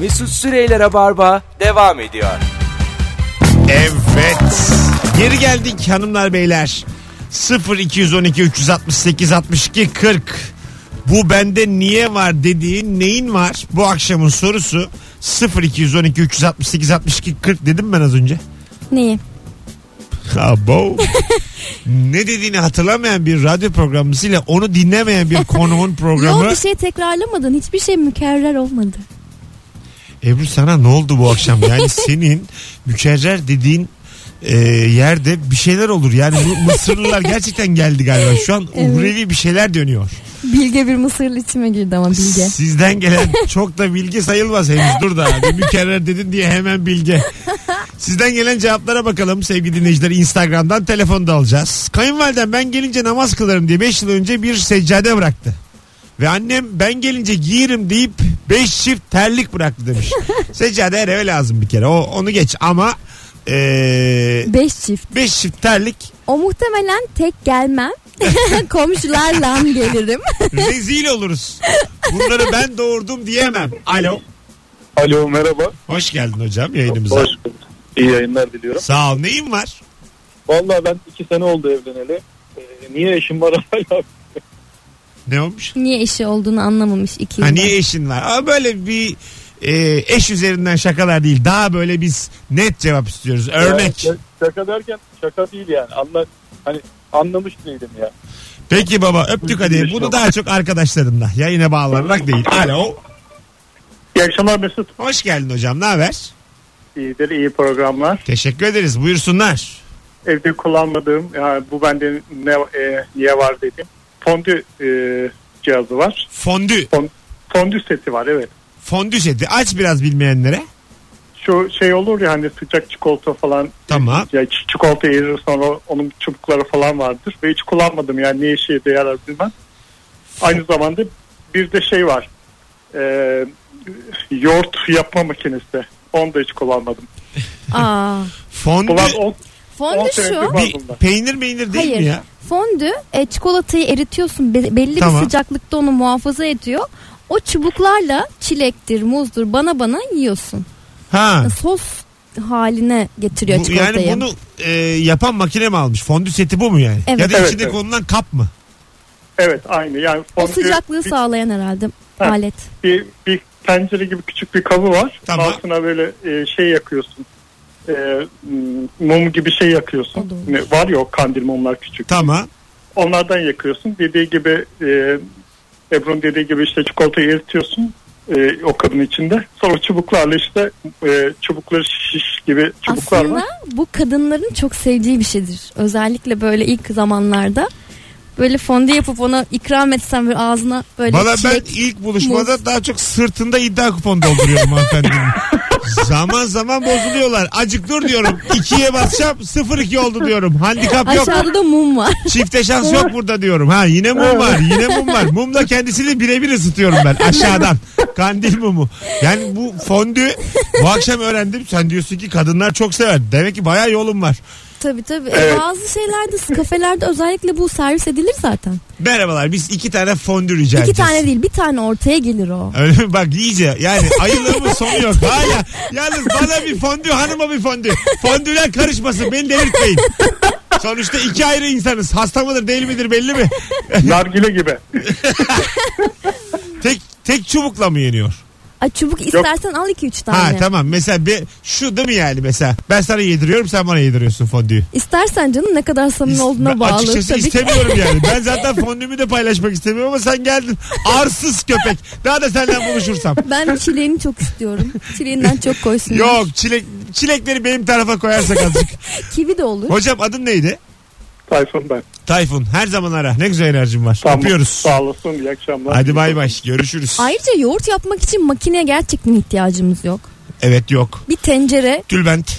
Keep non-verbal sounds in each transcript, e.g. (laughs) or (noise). Mesut Süreyler'e barba devam ediyor. Evet. Geri geldik hanımlar beyler. 0 212 368 62 40. Bu bende niye var dediğin neyin var? Bu akşamın sorusu 0 212 368 62 40 dedim ben az önce. Neyi? Abo. ne dediğini hatırlamayan bir radyo programcısıyla onu dinlemeyen bir konuğun Yok programı. bir şey tekrarlamadın. Hiçbir şey mükerrer olmadı. Ebru sana ne oldu bu akşam? Yani senin mükerrer dediğin e, yerde bir şeyler olur. Yani bu Mısırlılar gerçekten geldi galiba. Şu an Evet. uhrevi bir şeyler dönüyor. Bilge bir mısırlı içime girdi ama bilge. Sizden gelen çok da bilgi sayılmaz henüz. Dur da bir mükerrer dedin diye hemen bilge. Sizden gelen cevaplara bakalım sevgili dinleyiciler. Instagram'dan telefonu da alacağız. Kayınvalidem ben gelince namaz kılarım diye 5 yıl önce bir seccade bıraktı. Ve annem ben gelince giyerim deyip 5 çift terlik bıraktı demiş. seccade her eve lazım bir kere. O, onu geç ama 5 Beş çift. çift terlik O muhtemelen tek gelmem. (laughs) Komşularla gelirim. rezil oluruz. Bunları ben doğurdum diyemem. Alo. Alo merhaba. Hoş geldin hocam yayınımıza. Hoş bulduk. İyi yayınlar diliyorum. Sağ ol. Neyin var? Vallahi ben iki sene oldu evleneli. Ee, niye eşim var hala? (laughs) Ne olmuş? Niye eşi olduğunu anlamamış iki Ha yılda. niye eşin var? Ama böyle bir e, eş üzerinden şakalar değil. Daha böyle biz net cevap istiyoruz. Örnek. Ya, şaka derken şaka değil yani. Anla, hani anlamış değilim ya. Peki baba öptük hadi. Bunu daha çok arkadaşlarımla. Yayına bağlanarak değil. Alo. İyi akşamlar Mesut. Hoş geldin hocam. Ne haber? İyidir, iyi programlar. Teşekkür ederiz. Buyursunlar. Evde kullanmadığım, yani bu bende ne, e, niye var dedim. Fondü e, cihazı var. Fondü. Fon, fondü seti var evet. Fondü seti. Aç biraz bilmeyenlere. Şu şey olur ya hani sıcak çikolata falan. Tamam. Ya ç- çikolata erir sonra onun çubukları falan vardır. Ve hiç kullanmadım yani ne işe de yarar bilmem. Aynı zamanda bir de şey var. E, yoğurt yapma makinesi. Onu da hiç kullanmadım. Aa. Fondü. Bunlar on, on (laughs) Fondü senedir şu. var Bir bunlar. peynir meynir değil Hayır. mi ya? Fondü e, çikolatayı eritiyorsun. Be- belli Tamam. bir sıcaklıkta onu muhafaza ediyor. O çubuklarla çilektir, muzdur, bana bana yiyorsun. E, Ha. Sos haline getiriyor Bu- çikolatayı. yani bunu e, yapan makine mi almış? Fondü seti bu mu yani? Evet. Ya da Evet, içinde evet. konulan kap mı? Evet aynı yani O fondü- sıcaklığı bir- sağlayan herhalde Ha. alet. bir, bir tencere gibi küçük bir kabı var. Tamam. Altına böyle e, şey yakıyorsun. E, m- mum gibi şey yakıyorsun. O da olur. Ne, var ya o kandil mumlar küçük. Tamam. Onlardan yakıyorsun. Dediği gibi e, Ebru'nun dediği gibi işte çikolatayı eritiyorsun. e, o kabın içinde. Sonra çubuklarla işte e, çubukları şiş gibi çubuklar Aslında var. bu kadınların çok sevdiği bir şeydir. Özellikle böyle ilk zamanlarda böyle fondü yapıp ona ikram etsen böyle ağzına böyle Valla ben çilek. ilk buluşmada daha çok sırtında iddia kupon dolduruyorum (laughs) hanımefendinin. zaman zaman bozuluyorlar. Acık dur diyorum. İkiye basacağım. 0-2 oldu diyorum. Handikap (laughs) yok. Aşağıda da mum var. (laughs) Çifte şans yok burada diyorum. Ha yine mum var. Yine mum var. Mumla kendisini birebir ısıtıyorum ben (laughs) aşağıdan. Kandil mumu. Yani bu fondü bu akşam öğrendim. Sen diyorsun ki kadınlar çok sever. Demek ki bayağı yolum var. Tabii tabii. E, Bazı şeylerde kafelerde özellikle bu servis edilir zaten. Merhabalar biz iki tane fondü rica İki edeceğiz. tane değil bir tane ortaya gelir o. Öyle mi? Bak iyice yani ayılığımın sonu yok. Hala yalnız bana bir fondü hanıma bir fondü. Fondüler karışmasın beni delirtmeyin. Sonuçta iki ayrı insanız. Hasta mıdır değil midir belli mi? Nargile gibi. Tek tek çubukla mı yeniyor? Ay çubuk istersen al iki üç tane. Ha tamam mesela bir, şu değil mi yani mesela ben sana yediriyorum sen bana yediriyorsun fondüyü. İstersen canım ne kadar samimi İs- olduğuna ben bağlı. Açıkçası tabii ki. istemiyorum yani. Ben zaten fondümü de paylaşmak istemiyorum ama sen geldin. Arsız köpek. Daha da senden buluşursam. (laughs) Ben çileğini çok istiyorum. Çileğinden çok koysun. Yok çilek çilekleri benim tarafa koyarsak azıcık. Kivi de olur. Hocam adın neydi? Tayfun ben. Tayfun her zaman ara. Ne güzel enerjim var. Tamam. Öpüyoruz. Sağ olasın. İyi akşamlar. Hadi bay bay. Görüşürüz. Ayrıca yoğurt yapmak için makineye gerçekten ihtiyacımız yok. Evet yok. Bir tencere Tülbent.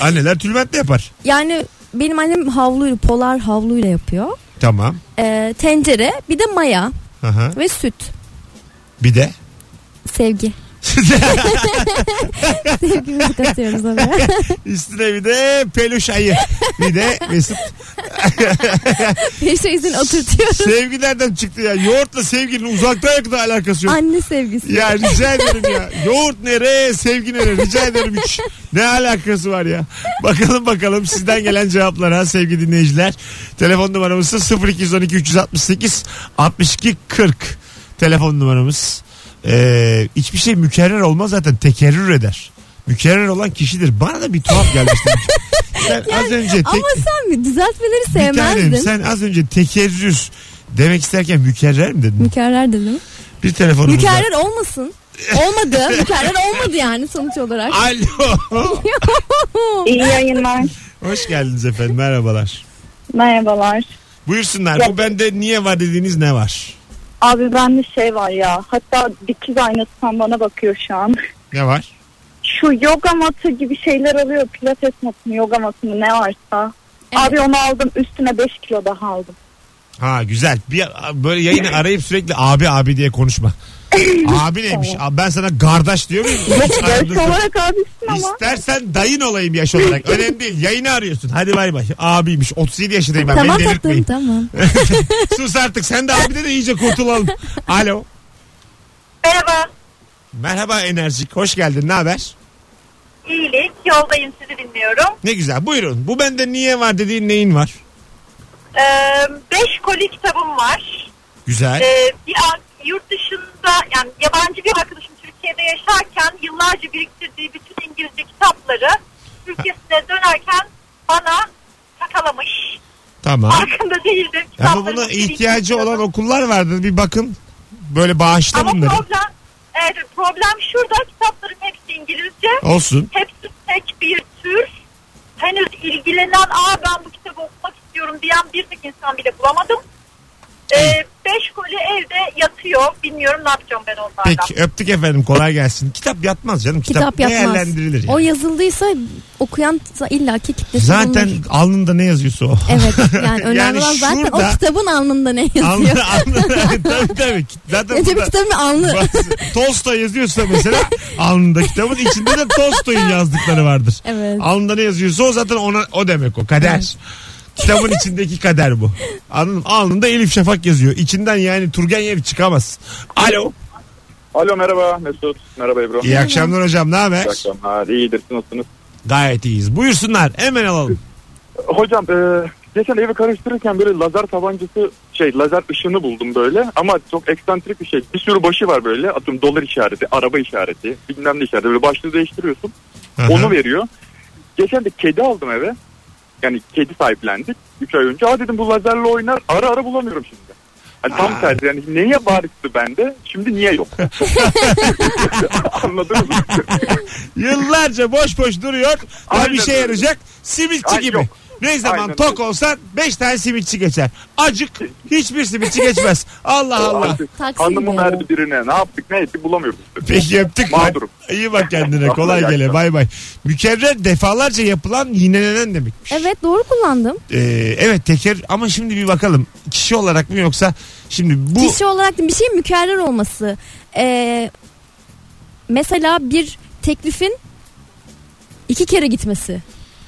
Anneler tülbent de yapar. yani benim annem havluyla polar havluyla yapıyor. Tamam. Ee, tencere bir de maya Aha. ve süt. Bir de. (laughs) Sevgi. Sevgimizi katıyoruz oraya. (laughs) Üstüne bir de peluş ayı. Bir de Mesut. Peşreizin oturtuyorum. Sevgi nereden çıktı ya? Yoğurtla sevginin uzaktan yakında alakası yok. Anne sevgisi. Ya rica ederim ya. Yoğurt nereye, sevgi nereye? Rica ederim hiç. Ne alakası var ya? Bakalım bakalım sizden gelen cevaplara sevgili dinleyiciler. Telefon numaramız da 0212 368 62 40. Telefon numaramız. Ee, hiçbir şey mükerrer olmaz zaten tekerrür eder. Mükerrer olan kişidir. Bana da bir tuhaf (laughs) gelmişti. Ben az önce tek... Ama sen mi düzeltmeleri Bir tanem, sevmezdin. sen az önce tekerrür demek isterken mükerrer mi dedin? Mükerrer dedim. Bir telefonumuz var. Mükerrer olmasın. Olmadı. (laughs) Mükerrer olmadı yani sonuç olarak. Alo. İyi yayınlar. Hoş geldiniz efendim. Merhabalar. Merhabalar. Buyursunlar. Bu bende niye var dediğiniz ne var? Abi bende şey var ya. Hatta dikiz aynası tam bana bakıyor şu an. Ne var? Şu yoga matı gibi şeyler alıyor. Pilates matı mı, yoga matı mı ne varsa. Evet. Abi onu aldım. Üstüne 5 kilo daha aldım. Ha güzel. Bir böyle yayını arayıp sürekli abi abi diye konuşma. abi neymiş? Abi Ben sana kardeş diyor muyum? Hiç Yaş ayrılık yok. olarak abisin ama. İstersen dayın olayım yaş olarak. Önemli değil. Yayını arıyorsun. Hadi bay bay. Abiymiş. 37 yaşındayım ben. (laughs) tamam Beni delirtmeyin. tatlım tamam. Sus artık. Sen de abide de iyice kurtulalım. Alo. Merhaba. Merhaba enerjik. Hoş geldin. Ne haber? İyilik. Yoldayım sizi dinliyorum. Ne güzel. Buyurun. Bu bende niye var dediğin neyin var? Ee, beş koli kitabım var. Güzel. Ee, bir an- yurt dışında yani yabancı bir arkadaşım Türkiye'de yaşarken yıllarca biriktirdiği bütün İngilizce kitapları Türkiye'sine dönerken bana takalamış. Tamam. Farkında değildim. Ama Kitapları buna bir sürü ihtiyacı istiyordum. olan okullar vardı. Bir bakın. Böyle bağışla Ama bunları. problem, evet, problem şurada kitapların hepsi İngilizce. Olsun. hepsi tek bir tür. Henüz ilgilenen aa ben bu kitabı okumak istiyorum diyen bir tek insan bile bulamadım. Ee, beş koli evde yatıyor. Bilmiyorum ne yapacağım ben onlardan. Peki öptük efendim kolay gelsin. Kitap yatmaz canım. Kitap, Kitap yapmaz. değerlendirilir. yani. O yazıldıysa okuyan za- illaki kitlesi Zaten bulunur. alnında ne yazıyorsa o. Evet (laughs) yani önemli Yani olan zaten şurada- o kitabın alnında ne (laughs) (laughs) yazıyor. Alnında, alnında, tabii tabii. Zaten Nece bir burada- kitabın alnı. Bazı- (laughs) Tolstoy yazıyorsa mesela alnında kitabın içinde de Tolstoy'un yazdıkları vardır. Evet. Alnında ne yazıyorsa o zaten ona o demek o kader. Kitabın içindeki kader bu. Anladın mı? Alnında Elif Şafak yazıyor. İçinden yani Turgenev çıkamaz. Alo. Alo merhaba Mesut. Merhaba Ebru. İyi akşamlar hocam. Ne haber? İyi akşamlar. İyidir. Nasılsınız? Gayet iyiyiz. Buyursunlar. Hemen alalım. Hocam e, geçen evi karıştırırken böyle lazer tabancası şey lazer ışını buldum böyle ama çok eksantrik bir şey. Bir sürü başı var böyle atıyorum dolar işareti, araba işareti bilmem ne işareti böyle başlığı değiştiriyorsun Aha. onu veriyor. Geçen de kedi aldım eve yani kedi sahiplendik 3 ay önce. Aa dedim bu lazerle oynar ara ara bulamıyorum şimdi. Hani tam Aa. tersi yani neye bariktı bende şimdi niye (laughs) yok? Anladınız mı? Yıllarca boş boş duruyor. Daha Aynen bir şey öyle. yarayacak. Simitçi Ay, gibi. yok. Ne zaman Aynen tok öyle. olsan 5 tane simitçi geçer. Acık hiçbir simitçi geçmez. Allah Allah. Artık Taksim Hanımı diyor. verdi birine ne yaptık ne ettik bulamıyoruz. işte. Peki öptük. Mağdurum. İyi bak kendine. Kolay Gerçekten. gele. Bay bay. Mükerrer defalarca yapılan yinelenen demekmiş. Evet doğru kullandım. Ee, evet teker ama şimdi bir bakalım. Kişi olarak mı yoksa şimdi bu Kişi olarak değil, bir şeyin mükerrer olması. Ee, mesela bir teklifin iki kere gitmesi.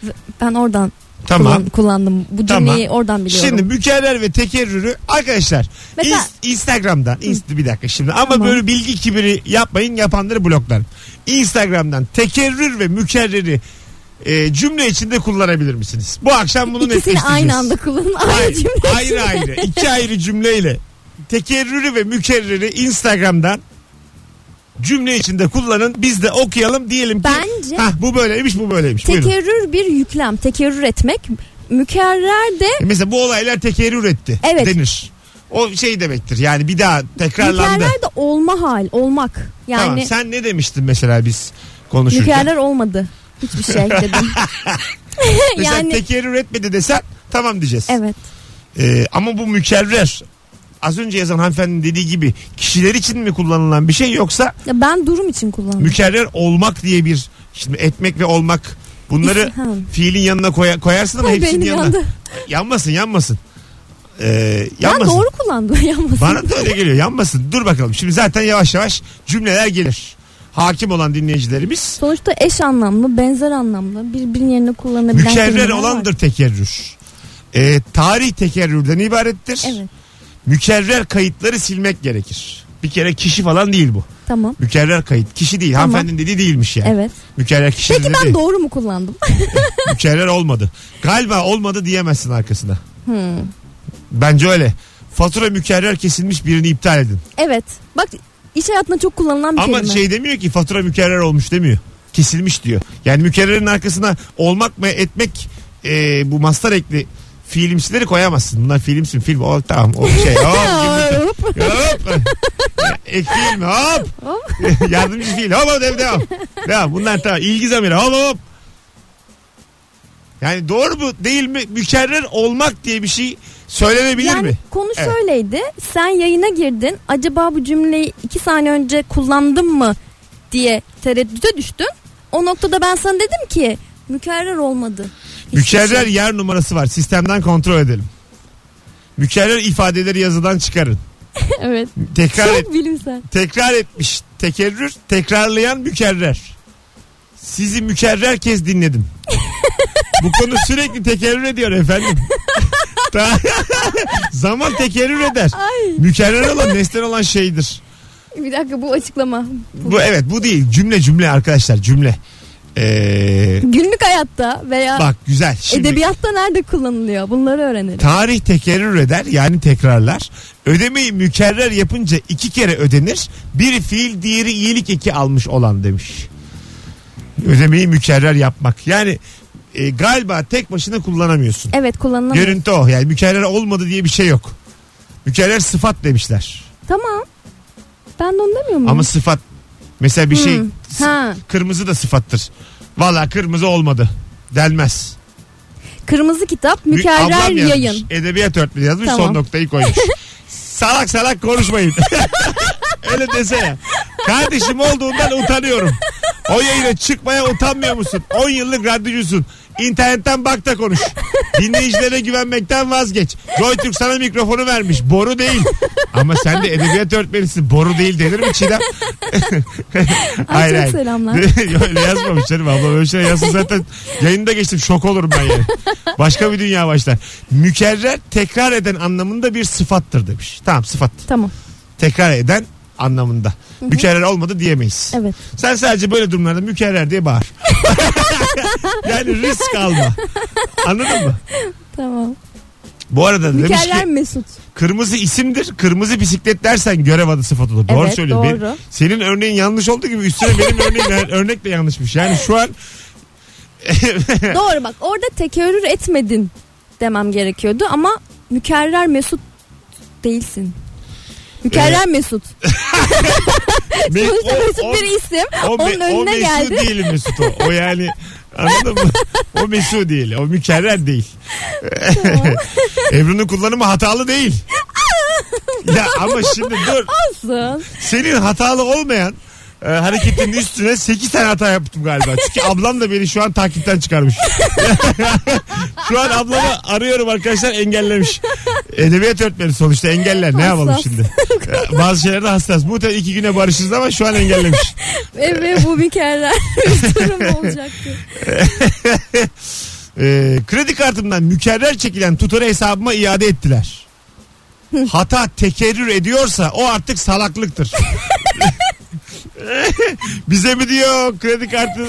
Ve Ben oradan tamam. kullan- kullandım. Bu Tamam. cümleyi oradan biliyorum. Şimdi mükerrer ve tekerrürü arkadaşlar Mesela- ins- Instagram'dan inst- bir dakika şimdi ama Tamam. böyle bilgi kibiri yapmayın yapanları bloklarım. Instagram'dan tekerrür ve mükerreri e, cümle içinde kullanabilir misiniz? Bu akşam bunu İkisini netleştireceğiz. aynı anda kullanın. Aynı Hayır, cümle. ayrı ayrı iki ayrı cümleyle tekerrürü ve mükerreri Instagram'dan cümle içinde kullanın biz de okuyalım diyelim ki Bence- Hah, bu böyleymiş bu böyleymiş. Buyurun. Tekerrür bir yüklem. Tekerrür etmek. Mükerrer de E Mesela bu olaylar tekerrür etti Evet. denir. O şey demektir yani bir daha tekrarlandı. mükerrer de olma hal. Olmak. Tamam Yani sen ne demiştin mesela biz konuşurken? mükerrer olmadı. Hiçbir (laughs) şey dedim. Mesela yani tekerrür etmedi desen tamam diyeceğiz. evet. Ee, ama bu mükerrer. Az önce yazan hanımefendinin dediği gibi kişiler için mi kullanılan bir şey yoksa Ya ben durum için kullandım. mükerrer olmak diye bir şimdi etmek ve olmak bunları İsmi- ha. fiilin yanına koya- koyarsın ama Ay, hepsinin beynim yanına. yandı. Yanmasın yanmasın. Ee, Ben yanmasın. doğru kullandım. (laughs) Yanmasın. Bana da öyle geliyor. Yanmasın. Dur bakalım. Şimdi zaten yavaş yavaş cümleler gelir. Hakim olan dinleyicilerimiz Sonuçta eş anlamlı, benzer anlamlı, birbirinin yerine kullanılabilen mükerrer kelimeler var. olandır tekerrür. e, tarih tekerrürden ibarettir. Evet Mükerrer kayıtları silmek gerekir. Bir kere kişi falan değil bu. tamam. Mükerrer kayıt. Kişi değil. Tamam. Hanımefendinin dediği değilmiş yani. Evet. Mükerrer kişi Peki dediği ben değil. doğru mu kullandım? (laughs) Mükerrer olmadı. Galiba olmadı diyemezsin arkasına. Hmm. Bence öyle. Fatura mükerrer kesilmiş birini iptal edin. Evet. Bak iş hayatında çok kullanılan bir Ama kelime. şey demiyor ki fatura mükerrer olmuş demiyor. Kesilmiş diyor. Yani mükerrerin arkasına olmak mı etmek e, bu mastar ekli fiilimsileri koyamazsın. Bunlar fiilimsin film. O, tamam o (laughs) şey. Hop, Aa, gibi- hop. hop. E, Ek fiil mi? Hop. (laughs) Yardımcı fiil. Hop hop devam, devam. Devam. Bunlar tamam. İlgi zamiri. Hop hop. Yani doğru mu değil mi? Mükerrer olmak diye bir şey söylenebilir yani mi? konu Evet. şöyleydi. Sen yayına girdin. Acaba bu cümleyi iki saniye önce kullandım mı diye tereddüte düştün. O noktada ben sana dedim ki mükerrer olmadı. Hiçbir Mükerrer şey. (laughs) yer numarası var. Sistemden kontrol edelim. Mükerrer ifadeleri yazıdan çıkarın. evet. Tekrar et, Çok bilimsel. tekrar etmiş. Tekerrür, tekrarlayan mükerrer. Sizi mükerrer kez (laughs) dinledim. Bu konu sürekli tekerrür ediyor (laughs) efendim. Ta- Zaman tekerrür eder. Mükerrer olan nesnel olan şeydir. Bir dakika bu açıklama. Bu evet bu değil. Cümle cümle arkadaşlar cümle. Ee, Günlük hayatta veya bak güzel. Şimdi edebiyatta nerede kullanılıyor? Bunları öğrenelim. Tarih tekerrür eder yani tekrarlar. Ödemeyi mükerrer yapınca iki kere ödenir. Bir fiil diğeri iyilik eki almış olan demiş. Ödemeyi mükerrer yapmak. Yani e, galiba tek başına kullanamıyorsun. Evet kullanılamıyor. Görüntü o yani mükerrer olmadı diye bir şey yok. Mükerrer sıfat demişler. Tamam. Ben de onu demiyor muyum? Ama sıfat mesela bir şey Hmm. Ha. kırmızı da sıfattır. Valla kırmızı olmadı denmez. Kırmızı kitap Bir mükerrer ablam yazmış. yayın. Edebiyat öğretmeni yazmış Tamam. son noktayı (laughs) koymuş. salak salak konuşmayın. Öyle desene. Kardeşim olduğundan utanıyorum. O yayına çıkmaya utanmıyor musun? 10 yıllık radyocusun. İnternetten bak da konuş. Dinleyicilere güvenmekten vazgeç. Joytürk sana mikrofonu vermiş. Boru değil. Ama sen de edebiyat öğretmenisin. Boru değil denir mi Çiğdem? (laughs) Ay, çok selamlar. (laughs) Öyle yazmamış canım abla. Öyle şey yazsın zaten. Yayında geçtim. Şok olurum ben yani. Başka bir dünya başlar. Mükerrer tekrar eden anlamında bir sıfattır demiş. Tamam sıfat Tamam. tekrar eden anlamında. Mükerrer olmadı diyemeyiz. Evet. Sen sadece böyle durumlarda mükerrer diye (laughs) bağır. yani risk alma. Anladın mı? Tamam. Bu arada da demiş Mükerrer ki Mesut. kırmızı isimdir. Kırmızı bisiklet dersen görev adı sıfat olur. Doğru Evet, söylüyor. doğru. Benim- senin örneğin yanlış olduğu gibi üstüne benim örneğim (laughs) örnek de yanlışmış. Yani şu an (laughs) Doğru bak orada tekerrür etmedin demem gerekiyordu ama mükerrer Mesut değilsin. Mükerrer Mesut. me- Sonuçta (laughs) Mesut o- bir isim. o me- Onun o önüne Mesut geldi. değil Mesut o. O yani anladın mı? O Mesut değil. O mükerrer değil. (laughs) Ebru'nun kullanımı hatalı değil. ya ama şimdi dur. Olsun. Senin hatalı olmayan e, hareketinin üstüne 8 tane hata yaptım galiba. Çünkü ablam da beni şu an takipten çıkarmış. (laughs) şu an ablamı arıyorum arkadaşlar engellemiş. Edebiyat öğretmeni sonuçta engeller ne yapalım Hassas. şimdi. E, Bazı şeylerde hassas. Muhtemelen iki güne barışırız ama şu an engellemiş. Evet bu mükerrer (laughs) bir durum olacaktı. E, kredi kartımdan mükerrer çekilen tutarı hesabıma iade ettiler. Hata tekerrür ediyorsa o artık salaklıktır. Bize mi diyor kredi kartı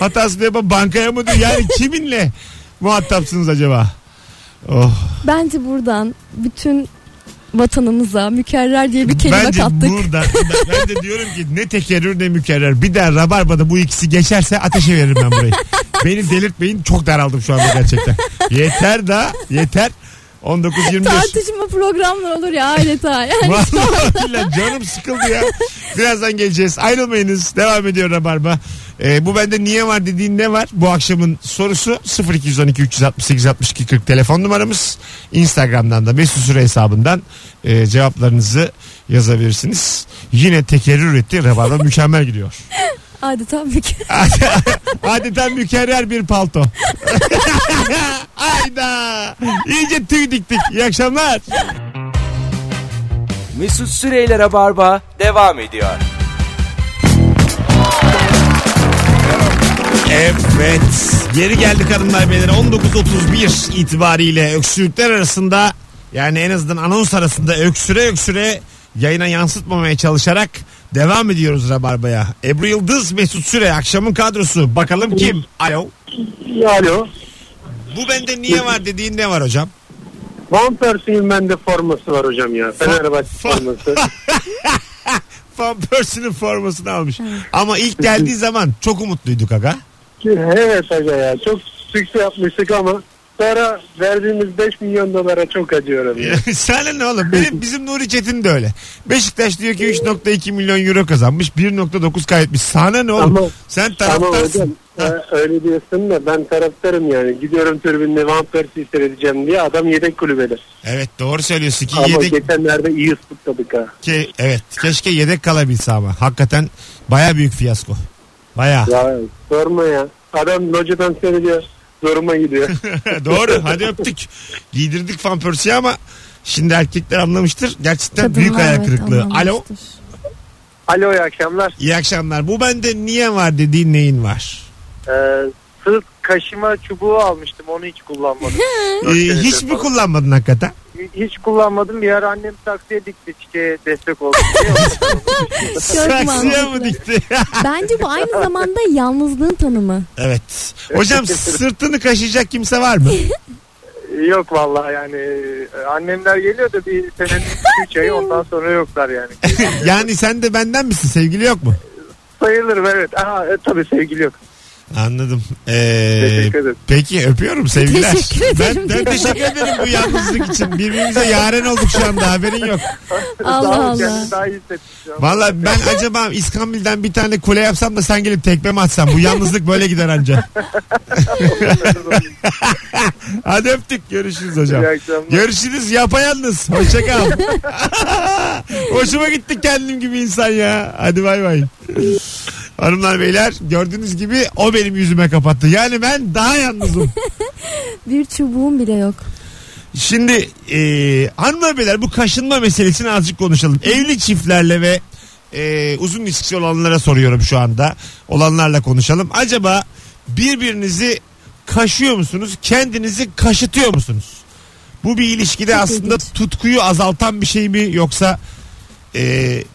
hatası yapan bankaya mı diyor? Yani kiminle muhatapsınız acaba? Oh. Bence buradan bütün vatanımıza mükerrer diye bir kelime Bence kattık. burada ben de diyorum ki ne tekerrür ne mükerrer. Bir daha Rabarba'da bu ikisi geçerse ateşe veririm ben burayı. Beni delirtmeyin. Çok daraldım şu anda gerçekten. Yeter da yeter. 19-25. Tartışma programları olur ya adeta. (laughs) Yani Vallahi billahi canım sıkıldı ya. Birazdan geleceğiz. Ayrılmayınız. Devam ediyor Rabarba. Ee, bu bende niye var dediğin ne var? Bu akşamın sorusu 0212 368 62 40 telefon numaramız. Instagram'dan da Mesut Süre hesabından e, cevaplarınızı yazabilirsiniz. Yine tekerrür etti. Rabarba mükemmel gidiyor. adeta mükerrer. Adeta mükerrer bir palto. (laughs) Ayda. İyice tüy diktik. İyi akşamlar. Mesut Süreyler'e barba devam ediyor. Evet. Geri geldik hanımlar beyler. 19.31 itibariyle öksürükler arasında yani en azından anons arasında öksüre öksüre yayına yansıtmamaya çalışarak devam ediyoruz Rabarba'ya. Ebru Yıldız Mesut Süre akşamın kadrosu. Bakalım kim? Alo. Alo. Bu bende niye var dediğin ne var hocam? Van Persie'nin bende forması var hocam ya. Fenerbahçe fa- forması. Van Persie'nin formasını almış. Ama ilk geldiği zaman çok umutluyduk aga. evet hocam ya. Çok sükse yapmıştık ama sonra verdiğimiz 5 milyon dolara çok acıyorum. Ya. (laughs) Sana ne oğlum? Benim, bizim Nuri Çetin de öyle. Beşiktaş diyor ki 3.2 milyon euro kazanmış. 1.9 kaybetmiş. Sana ne oğlum? Ama- Sen Ama hocam taraftarsın. Ha. e, öyle diyorsun da ben taraftarım yani. Gidiyorum tribünde Van Persie'yi seyredeceğim diye adam yedek kulübede. Evet doğru söylüyorsun ki Ama yedek geçenlerde iyi ıslıkladık ha. ke- evet keşke yedek kalabilse ama hakikaten baya büyük fiyasko. Baya. Ya sorma ya. Adam locadan seyrediyor. Zoruma gidiyor. (laughs) doğru hadi öptük. Giydirdik Van Persie'yi ama şimdi erkekler anlamıştır. Gerçekten (laughs) Kadınlar büyük hayal evet, kırıklığı. Alo anlamıştır. Alo iyi akşamlar. iyi akşamlar. Bu bende niye var dediğin neyin var? Ee, sırt kaşıma çubuğu almıştım. Onu hiç kullanmadım. Ee, hiç mi kullanmadın hakikaten? Hiç kullanmadım. Bir ara annem taksiye dikti çiçeğe destek (laughs) oldu. Çok Saksıya mı mantıklı. dikti? Bence bu aynı zamanda yalnızlığın tanımı. Evet. (laughs) Hocam sırtını kaşıyacak kimse var mı? Yok vallahi yani e, annemler geliyor da bir senenin üç ayı ondan sonra yoklar (laughs) yani. yani sen de benden misin? Sevgili yok mu? Sayılır evet. Aha, e, tabii sevgili yok. Anladım. Ee, Teşekkür ederim. Peki öpüyorum sevgiler. Teşekkür ederim. Ben, ben teşekkür ederim bu yalnızlık için. Birbirimize yaren olduk şu anda haberin yok. Allah Daha, Allah. kendimi daha iyi hissettim. Valla ben acaba İskambil'den bir tane kule yapsam da sen gelip tekme mi atsan? Bu yalnızlık böyle (laughs) gider anca. (laughs) Hadi öptük. Görüşürüz hocam. İyi akşamlar. Görüşürüz yapayalnız. Hoşçakal. Hoşuma gitti kendim gibi insan ya. Hadi bay bay. Hanımlar beyler gördüğünüz gibi o benim yüzüme kapattı. Yani ben daha yalnızım. Bir çubuğum bile yok. Şimdi e, hanımlar beyler bu kaşınma meselesini azıcık konuşalım. Evli çiftlerle ve e, uzun ilişkisi olanlara soruyorum şu anda. Olanlarla konuşalım. Acaba birbirinizi kaşıyor musunuz? Kendinizi kaşıtıyor musunuz? Bu bir ilişkide Çok aslında ilginç. tutkuyu azaltan bir şey mi yoksa e,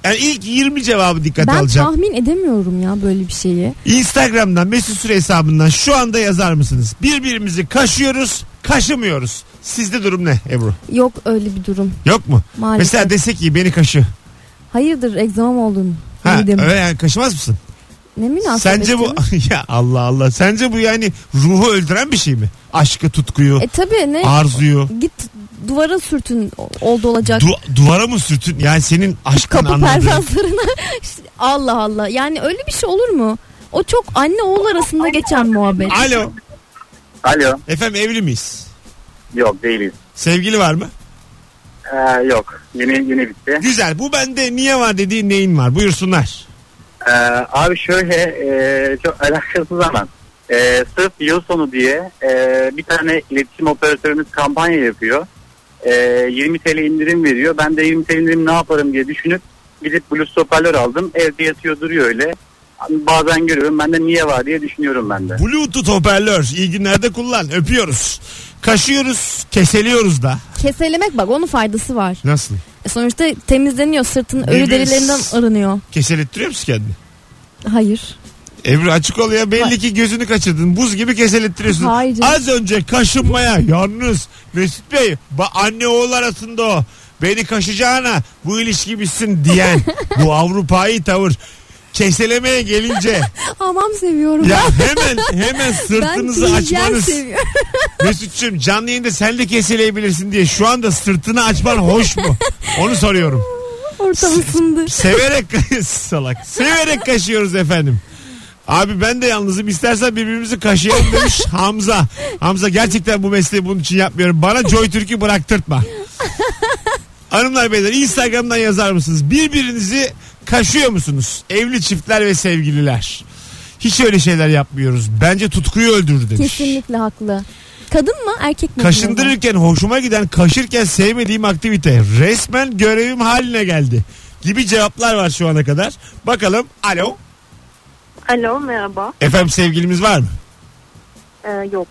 yani ilk 20 cevabı dikkate ben alacağım. tahmin edemiyorum ya böyle bir şeyi. Instagram'dan Mesut Süre hesabından şu anda yazar mısınız? Birbirimizi kaşıyoruz, kaşımıyoruz. Sizde durum ne Ebru? Yok öyle bir durum Yok mu? maalesef. Mesela desek ki beni kaşı. Hayırdır egzamam oldun. Ha, Yiğidim. öyle yani kaşımaz mısın? Ne münasebet Sence bu (laughs) canım? ya Allah Allah. Sence bu yani ruhu öldüren bir şey mi? Aşkı, tutkuyu, E tabi ne? arzuyu. Git duvara sürtün o- oldu olacak. Du- duvara mı sürtün? Yani senin aşkın Kapı anladığın. pervazlarına. (laughs) İşte Allah Allah. Yani öyle bir şey olur mu? O çok anne oğul arasında geçen muhabbet. Alo. Alo. Efendim evli miyiz? Yok değiliz. Sevgili var mı? Ee, yok. Yeni yeni bitti. Güzel. Bu bende niye var dediğin neyin var? Buyursunlar. Ee, abi şöyle e, çok alakasız ama e, sırf yıl sonu diye e, bir tane iletişim operatörümüz kampanya yapıyor. E, 20 TL indirim veriyor. Ben de 20 TL indirim ne yaparım diye düşünüp gidip blues hoparlör aldım. Evde yatıyor duruyor öyle. Bazen görüyorum. Ben de niye var diye düşünüyorum ben de. Bluetooth hoparlör. İyi günlerde kullan. Öpüyoruz. Kaşıyoruz, keseliyoruz da. Keselemek bak onun faydası var. Nasıl? E sonuçta temizleniyor sırtın ölü Birbiriniz- derilerinden arınıyor. Keselettiriyor musun kendini? Hayır. Ebru açık ol ya belli ki gözünü kaçırdın. Buz gibi keselettiriyorsun. Hayır canım. Az önce kaşınmaya yalnız Mesut Bey ba- anne oğul arasında o. Beni kaşacağına bu ilişki bitsin diyen bu Avrupa'yı tavır. Keselemeye gelince Aman seviyorum. ya hemen hemen sırtınızı ben açmanız. seviyorum. Mesut'cum canlı yayında sen de keseleyebilirsin diye şu anda sırtını açman hoş mu? Onu soruyorum. Ortam ısındı. Severek (laughs) salak. Severek kaşıyoruz efendim. Abi ben de yalnızım. İstersen birbirimizi kaşıyalım demiş Hamza. Hamza gerçekten bu mesleği bunun için yapmıyorum. Bana Joy Türk'ü bıraktırtma. Hanımlar beyler Instagram'dan yazar mısınız? Birbirinizi kaşıyor musunuz? Evli çiftler ve sevgililer. Hiç öyle şeyler yapmıyoruz. Bence tutkuyu öldürür demiş. (laughs) Kesinlikle haklı. Kadın mı erkek mi? Kaşındırırken hoşuma giden kaşırken sevmediğim aktivite resmen görevim haline geldi gibi cevaplar var şu ana kadar. Bakalım alo. Alo merhaba. Efendim sevgilimiz var mı? Ee, yok.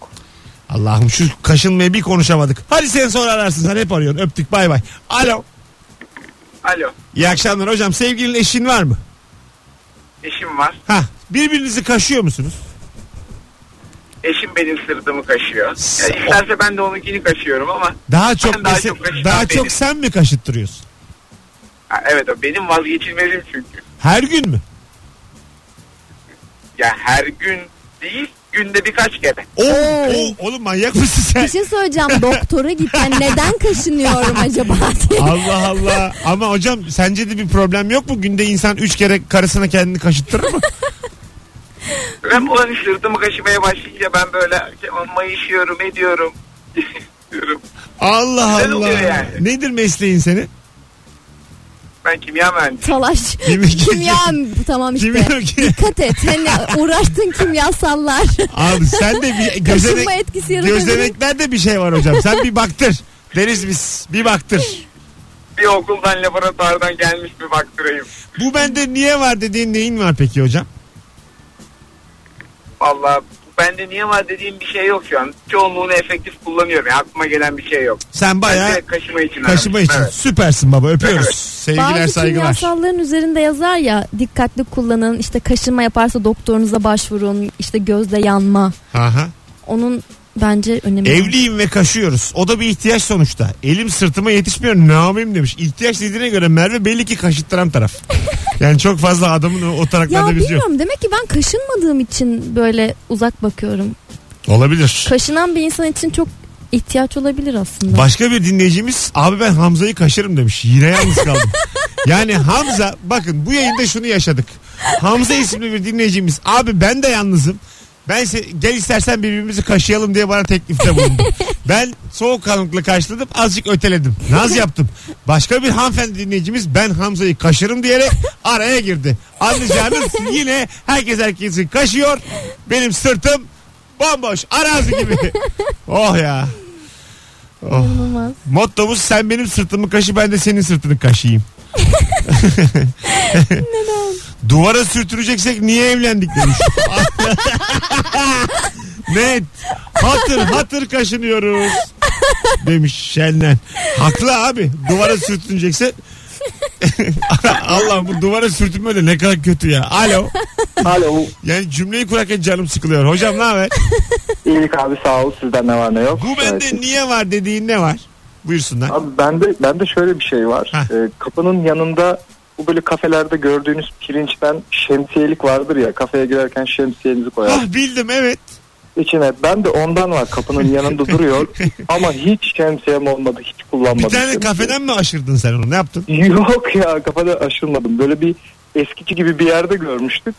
Allah'ım şu kaşınmayı bir konuşamadık. Hadi sen sonra ararsın. Sen hep arıyorsun. Öptük bay bay. Alo. Alo. İyi akşamlar hocam. Sevgilin eşin var mı? Eşim var. Ha birbirinizi kaşıyor musunuz? Eşim benim sırtımı kaşıyor. Yani isterse ben de onunkini kaşıyorum ama. Daha çok ben daha mese- çok kaşıtan daha benim. çok sen mi kaşıttırıyorsun? Ha, evet o benim vazgeçilmezim çünkü. Her gün mü? Ya her gün değil günde birkaç kere. Oo, oo, oğlum manyak mısın (laughs) sen? Bir şey söyleyeceğim doktora (laughs) git. Ben neden kaşınıyorum acaba diye. Allah Allah. Ama hocam sence de bir problem yok mu? Günde insan 3 kere karısına kendini (laughs) kaşıttırır mı? Ben olan sırtımı kaşımaya başlayınca ben böyle mayışıyorum ediyorum. (laughs) diyorum. Allah Güzel Allah. oluyor yani. Nedir mesleğin senin? Ben kimya mühendisi. Talaş. Kimi- Kimya tamam işte. Kimi- Dikkat et. Hani uğraştın (laughs) kimyasallar. Abi sen de (laughs) bir gözenek, Kaşınma etkisi yaratabilir. gözeneklerde bir şey var hocam. Sen bir baktır. Deriz biz. Bir baktır. Bir okuldan laboratuvardan gelmiş bir baktırayım. Bu bende niye var dediğin neyin var peki hocam? Valla bende niye var dediğim bir şey yok şu an. Çoğunluğunu efektif kullanıyorum. Yani aklıma gelen bir şey yok. Sen Ben bayağı direkt kaşıma için kaşıma aramıştım, için evet. süpersin baba. Öpüyoruz. Evet. Sevgiler Bazı saygılar. kimyasalların üzerinde yazar ya dikkatli kullanın işte kaşınma yaparsa doktorunuza başvurun işte gözde yanma. Aha. Onun bence önemi. var. Evliyim ve kaşıyoruz. O da bir ihtiyaç sonuçta. Elim sırtıma yetişmiyor. Ne yapayım demiş. İhtiyaç dediğine göre Merve belli ki kaşıttıran taraf. Yani çok fazla adamın o, o Ya taraklarda biz şey yok. bilmiyorum demek ki ben kaşınmadığım için böyle uzak bakıyorum. Olabilir. Kaşınan bir insan için çok ihtiyaç olabilir aslında. Başka bir dinleyicimiz abi ben Hamza'yı kaşırım demiş. Yine yalnız kaldım. yani Hamza bakın bu yayında şunu yaşadık. Hamza isimli bir dinleyicimiz abi ben de yalnızım. Ben se- gel istersen birbirimizi kaşıyalım diye bana teklifte bulundu. ben soğukkanlılıkla karşıladım azıcık öteledim. Naz yaptım. Başka bir hanımefendi dinleyicimiz ben Hamza'yı kaşırım diyerek araya girdi. Anlayacağınız yine herkes herkesi kaşıyor. Benim sırtım bomboş arazi gibi. oh ya. Oh. İnanılmaz. Mottomuz sen benim sırtımı kaşı ben de senin sırtını kaşıyayım. Duvara sürtüreceksek niye evlendik demiş. Net. Hatır hatır kaşınıyoruz. Demiş Şenlen. Haklı abi. Duvara sürtünecekse. (laughs) Allah bu duvara sürtünme de ne kadar kötü ya. Alo. Alo. Yani cümleyi kurarken canım sıkılıyor. Hocam ne haber? İyilik abi sağ ol sizden ne var ne yok. Bu bende niye var dediğin ne var? Buyursunlar. Abi bende, bende şöyle bir şey var. Ee, kapının yanında bu böyle kafelerde gördüğünüz pirinçten şemsiyelik vardır ya. Kafeye girerken şemsiyenizi koyar. Ah bildim evet. İçine ben de ondan var kapının yanında (laughs) duruyor. Ama hiç şemsiyem olmadı hiç Bir kullanmadım. tane kafeden mi aşırdın sen onu? Ne yaptın? (laughs) Yok ya kafada aşılmadım. Böyle bir eskici gibi bir yerde görmüştük.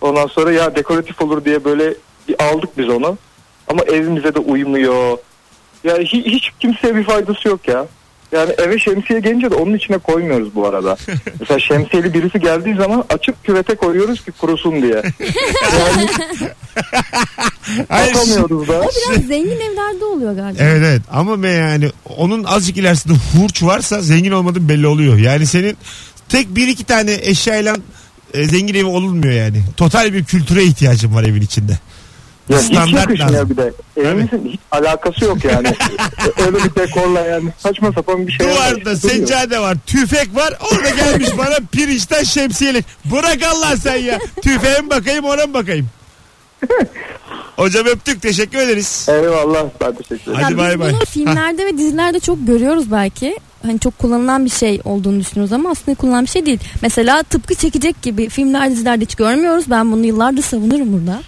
Ondan sonra ya dekoratif olur diye böyle bir aldık biz onu. Ama evimize de uymuyor. Yani hi- hiç kimseye bir faydası yok ya. Yani eve şemsiye gelince de onun içine koymuyoruz bu arada. Mesela şemsiyeli birisi geldiği zaman açıp küvete koyuyoruz ki kurusun diye. Yani Hayır, atamıyoruz da. O biraz zengin evlerde oluyor galiba. Evet evet ama be yani onun azıcık ilerisinde hurç varsa zengin olmadığın belli oluyor. Yani senin tek bir iki tane eşyayla e, zengin evi olunmuyor yani. Total bir kültüre ihtiyacın var evin içinde. Ya hiç Standart lazım. yakışmıyor bir de. Evimizin hiç alakası (laughs) yok yani. Öyle bir dekorla yani saçma sapan bir şey. Duvarda seccade var, tüfek var. Orada gelmiş (laughs) bana pirinçten şemsiyelik. Bırak Allah sen ya. Tüfeğe mi bakayım ona mı (laughs) bakayım? Hocam öptük teşekkür ederiz. Eyvallah ben teşekkür Ya Hadi biz bay bay. Bunu filmlerde ve dizilerde çok görüyoruz belki. Hani çok kullanılan bir şey olduğunu düşünüyoruz ama aslında kullanılan bir şey değil. Mesela tıpkı çekecek gibi filmler dizilerde hiç görmüyoruz. Ben bunu yıllardır savunurum burada.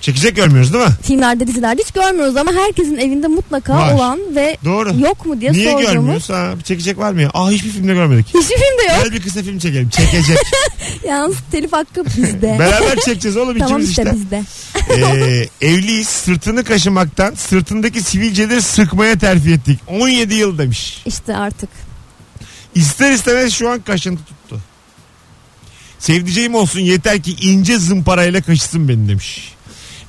Çekecek görmüyoruz değil mi? Filmlerde dizilerde hiç görmüyoruz ama herkesin evinde mutlaka Var. olan ve Doğru. yok mu diye Niye sorduğumuz. görmüyoruz? Ha, bir çekecek var mı ya? Aa hiçbir filmde görmedik. Hiçbir filmde yok. Gel bir kısa film çekelim. (laughs) Çekecek. Yalnız telif hakkı bizde. Beraber çekeceğiz oğlum tamam ikimiz işte işte. bizde. Ee, evliyiz sırtını kaşımaktan sırtındaki sivilceleri sıkmaya terfi ettik. 17 yıl demiş. İşte artık. İster istemez şu an kaşıntı tuttu. Sevdiceğim olsun yeter ki ince zımparayla kaşısın beni demiş.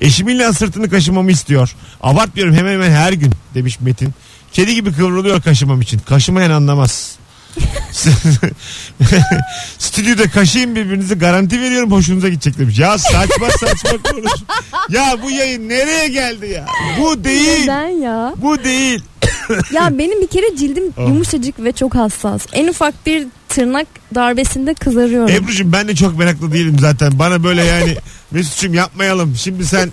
Eşiminle sırtını kaşımamı istiyor. Abartmıyorum hemen hemen her gün demiş Metin. Kedi gibi kıvrılıyor kaşımam için. Kaşımayan anlamaz. (laughs) Stüdyoda kaşıyın birbirinizi garanti veriyorum hoşunuza gidecek demiş. Ya saçma saçma konuş. Ya bu yayın nereye geldi ya? Bu değil. Neden ya? Bu değil. Ya benim bir kere cildim Oh. yumuşacık ve çok hassas. En ufak bir tırnak darbesinde kızarıyorum. Ebru'cum ben de çok meraklı değilim zaten. Bana böyle (laughs) yani Mesut'cum yapmayalım. Şimdi sen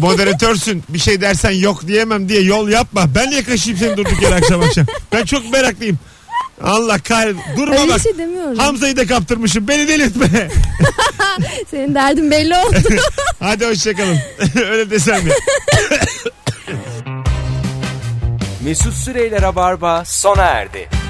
moderatörsün. Bir şey dersen yok diyemem diye yol yapma. Ben niye kaşıyım seni durduk yere akşam akşam. Ben çok meraklıyım. Allah kahretsin. Durma Öyle bir bak. şey demiyorum. Hamza'yı da kaptırmışım. Beni (laughs) delirtme. Senin derdin belli oldu. Hadi hoşçakalın. (laughs) Öyle desem ya. Mesut Süreyler'e barba sona erdi.